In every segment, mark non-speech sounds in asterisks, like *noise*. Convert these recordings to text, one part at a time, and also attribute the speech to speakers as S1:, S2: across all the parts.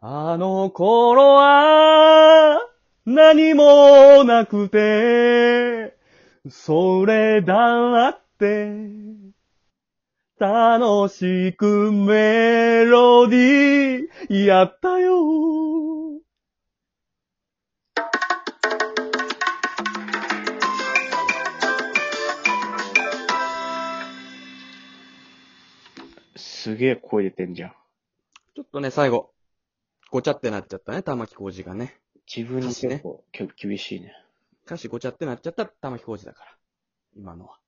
S1: あの頃は、何もなくて、それだって、楽しくメロディーやったよ。
S2: すげえ声出てんじゃん。
S1: ちょっとね、最後、ごちゃってなっちゃったね、玉木浩二がね。
S2: 自分に
S1: 歌詞ね
S2: 結構、結構厳しいね。
S1: 歌詞ごちゃってなっちゃった玉木浩二だから。今のは。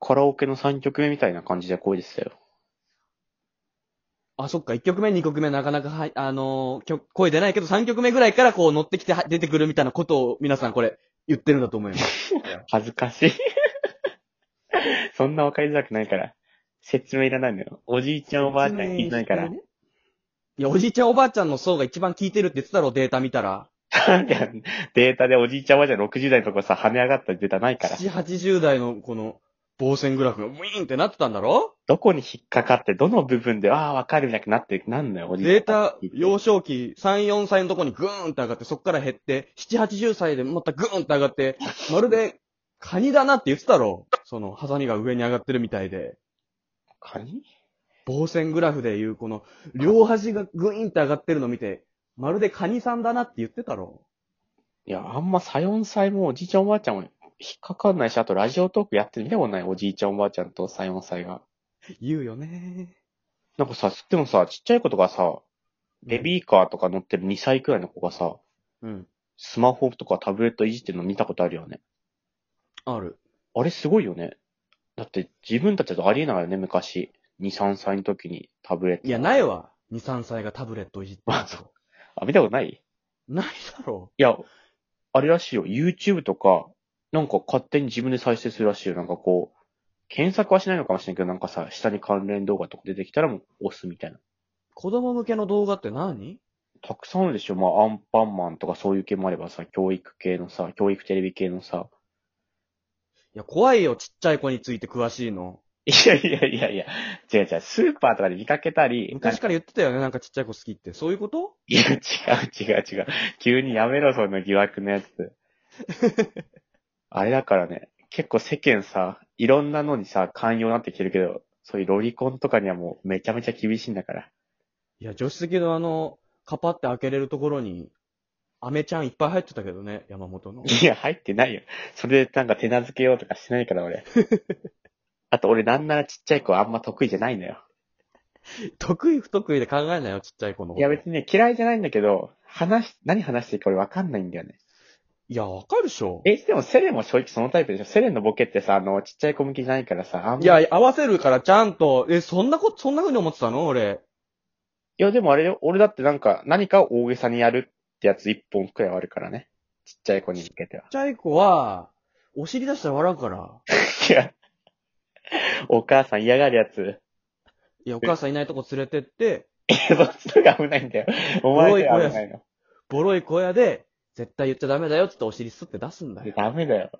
S2: カラオケの3曲目みたいな感じで声出てたよ。
S1: あ、そっか、1曲目、2曲目、なかなか、はい、あのー曲声出ないけど、3曲目ぐらいからこう乗ってきては出てくるみたいなことを皆さんこれ言ってるんだと思い
S2: *laughs*
S1: ます。
S2: 恥ずかしい。 *laughs* そんなわかりづらくないから。説明いらないのよ。おじいちゃんおばあちゃん聞いてないから。
S1: いや、おじいちゃんおばあちゃんの層が一番聞いてるって言ってたろ、データ見たら。
S2: いや *laughs* データでおじいちゃんおばあちゃん60代のとこさ、跳ね上がったデータないから。
S1: 7、80代のこの、防線グラフがウィーンってなってたんだろ
S2: どこに引っかかって、どの部分で、ああ、わかるみたいになって、なんのよ、おじいちゃん。
S1: データ、幼少期、3、4歳のとこにグーンって上がって、そっから減って、7、80歳でまたグーンって上がって、まるで、カニだなって言ってたろ。その、ハサミが上に上がってるみたいで。
S2: カニ
S1: 防線グラフでいう、この、両端がグイーンって上がってるの見て、まるでカニさんだなって言ってたろ。
S2: いや、あんまさ、4歳もおじいちゃんおばあちゃんも引っかかんないし、あとラジオトークやってる見たことない、おじいちゃんおばあちゃんとさ、4歳が。
S1: 言うよね。
S2: なんかさ、でもさ、ちっちゃい子とかさ、ベビーカーとか乗ってる2歳くらいの子がさ、
S1: うん。
S2: スマホとかタブレットいじってるの見たことあるよね。
S1: ある。
S2: あれすごいよね。だって自分たちだとありえないよね、昔。2、3歳の時にタブレット。
S1: いや、ないわ。2、3歳がタブレットをいじってる
S2: あそうあ、見たことない
S1: ないだろ
S2: いや、あれらしいよ。YouTube とか、なんか勝手に自分で再生するらしいよ。なんかこう、検索はしないのかもしれないけど、なんかさ、下に関連動画とか出てきたらもう押すみたいな。
S1: 子供向けの動画って何
S2: たくさんあるでしょ。まあ、アンパンマンとかそういう系もあればさ、教育系のさ、教育テレビ系のさ。
S1: いや、怖いよ、ちっちゃい子について詳しいの。
S2: *laughs* いやいやいやいや、違う違う、スーパーとかで見かけたり、
S1: 昔から言ってたよね、なんかちっちゃい子好きって。そういうこと
S2: いや、違う違う違う。急にやめろ、その疑惑の
S1: *laughs*
S2: やつ。あれだからね、結構世間さ、いろんなのにさ、寛容になってきてるけど、そういうロリコンとかにはもうめちゃめちゃ厳しいんだから。
S1: いや、助手席のあの、カパって開けれるところに、アメちゃんいっぱい入ってたけどね、山本の。
S2: いや、入ってないよ。それでなんか手なずけようとかしてないか
S1: *laughs*
S2: ら、俺。あと俺なんならちっちゃい子はあんま得意じゃないのよ。
S1: *laughs* 得意不得意で考えないよ、ちっちゃい子のこと。
S2: いや別にね、嫌いじゃないんだけど、話し、何話していいか俺わかんないんだよね。
S1: いや、わかるでしょ。
S2: え、でもセレンも正直そのタイプでしょセレンのボケってさ、あの、ちっちゃい子向きじゃないからさ、あんま
S1: いや、合わせるからちゃんと、え、そんなこと、そんな風に思ってたの俺。
S2: いや、でもあれよ、俺だってなんか、何かを大げさにやるってやつ一本くらいはあるからね。ちっちゃい子に向けては
S1: ち。っちゃい子は、お尻出したら笑うから。
S2: いや、お母さん嫌がるやつ。
S1: いや、お母さんいないとこ連れてって、
S2: いやそっちのが危ないんだよ。お前が危ないの。
S1: ボロい小屋で、絶対言っちゃダメだよって言ってお尻すって出すんだよ。
S2: ダメだよ。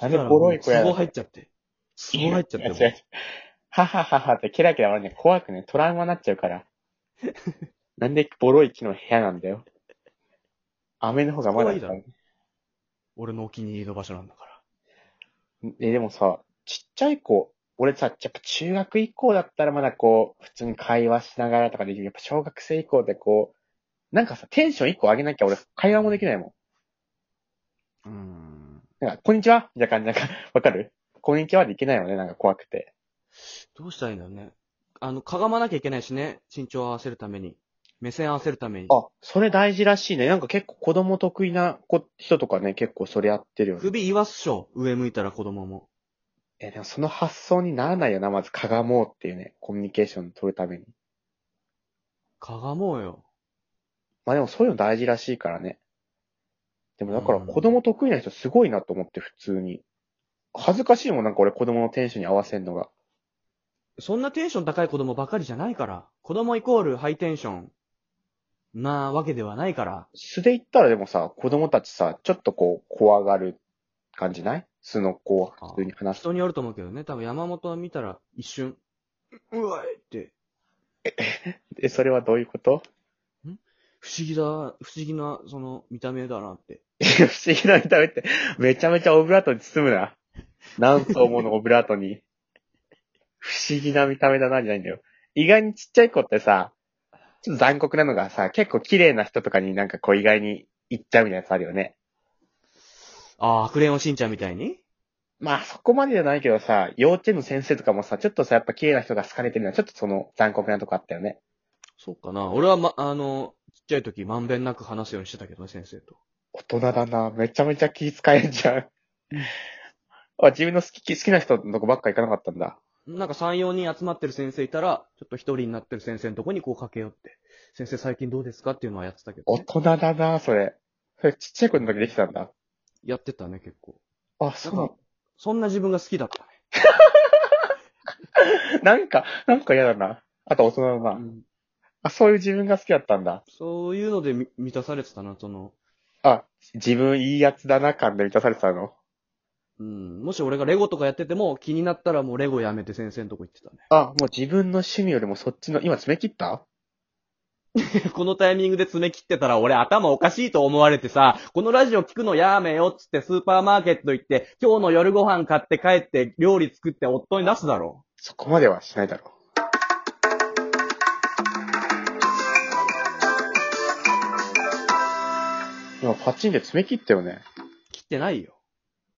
S2: なんでボロい小屋
S1: そ
S2: だ
S1: こ入っちゃって。そこ入っちゃって
S2: 違
S1: も
S2: う違う。ははははってキラキラ笑うね。怖くね。トラウマになっちゃう
S1: *laughs*
S2: から。なんでボロい木の部屋なんだよ。雨の方がまだ
S1: そこはいいだろ俺のお気に入りの場所なんだから。
S2: え、でもさ、ちっちゃい子、俺さ、やっぱ中学以降だったらまだこう、普通に会話しながらとかできるけど。やっぱ小学生以降でこう、なんかさ、テンション一個上げなきゃ俺会話もできないも
S1: うーん。
S2: ん。なんか、こんにちはみたいな感じなんか、 *laughs* わかるこんにちはでいけないよね、なんか怖くて。
S1: どうしたらいいんだろうね。あの、かがまなきゃいけないしね。身長を合わせるために。目線合わせるために。
S2: あ、それ大事らしいね。なんか結構子供得意な子、人とかね、結構それやってるよね。
S1: 首言わすっしょ。上向いたら子供も。
S2: え、でもその発想にならないよな、まずかがもうっていうね、コミュニケーション取るために。
S1: かがもうよ。
S2: まあでもそういうの大事らしいからね。でもだから
S1: うん
S2: 子供得意な人すごいなと思って普通に。恥ずかしいもんなんか俺子供のテンションに合わせんのが。
S1: そんなテンション高い子供ばかりじゃないから。子供イコールハイテンション。なわけではないから。
S2: 素で言ったらでもさ、子供たちさ、ちょっとこう怖がる感じない素の子は普通に話す。
S1: 人によると思うけどね。多分山本を見たら一瞬、ううわいって。
S2: え、それはどういうこと
S1: 不思議だ、不思議な、その、見た目だなって。
S2: *laughs* 不思議な見た目って、めちゃめちゃオブラートに包むな。何層ものオブラートに。不思議な見た目だな、じゃないんだよ。意外にちっちゃい子ってさ、ちょっと残酷なのがさ、結構綺麗な人とかになんかこう意外に行っちゃうみたいなやつあるよね。
S1: ああ、クレヨンしんちゃんみたいに
S2: まあそこまでじゃないけどさ、幼稚園の先生とかもさ、ちょっとさ、やっぱ綺麗な人が好かれてるのはちょっとその残酷なとこあったよね。
S1: そうかな。俺はま、あの、ちっちゃい時、まんべんなく話すようにしてたけどね、先生と。
S2: 大人だな。めちゃめちゃ気遣えんじゃん。あ自分の好き、好きな人のとこばっか行かなかったんだ。
S1: なんか3、4人集まってる先生いたら、ちょっと一人になってる先生のとこにこう駆け寄って、先生最近どうですかっていうのはやってたけど
S2: 大
S1: ね、
S2: 人だな、それ。それちっちゃい子の時できたんだ。
S1: やってたね、結構。
S2: あ、
S1: なんかそんな自分が好きだったね。
S2: う。なんか、なんか嫌だな。あと大人だな、
S1: うん
S2: あ、そういう自分が好きだったんだ。
S1: そういうのでみ満たされてたな、その、
S2: あ、自分いいやつだな感で満たされてたの。
S1: うん。もし俺がレゴとかやってても、気になったらもうレゴやめて先生のとこ行ってた
S2: あ、もう自分の趣味よりもそっちの、今爪切った
S1: ね。 *laughs* このタイミングで爪切ってたら俺頭おかしいと思われてさ、このラジオ聞くのやめよっつってスーパーマーケット行って、今日の夜ご飯買って帰って料理作って夫に出すだろ。
S2: そこまではしないだろう。今パチンで爪切ったよね。
S1: 切ってないよ。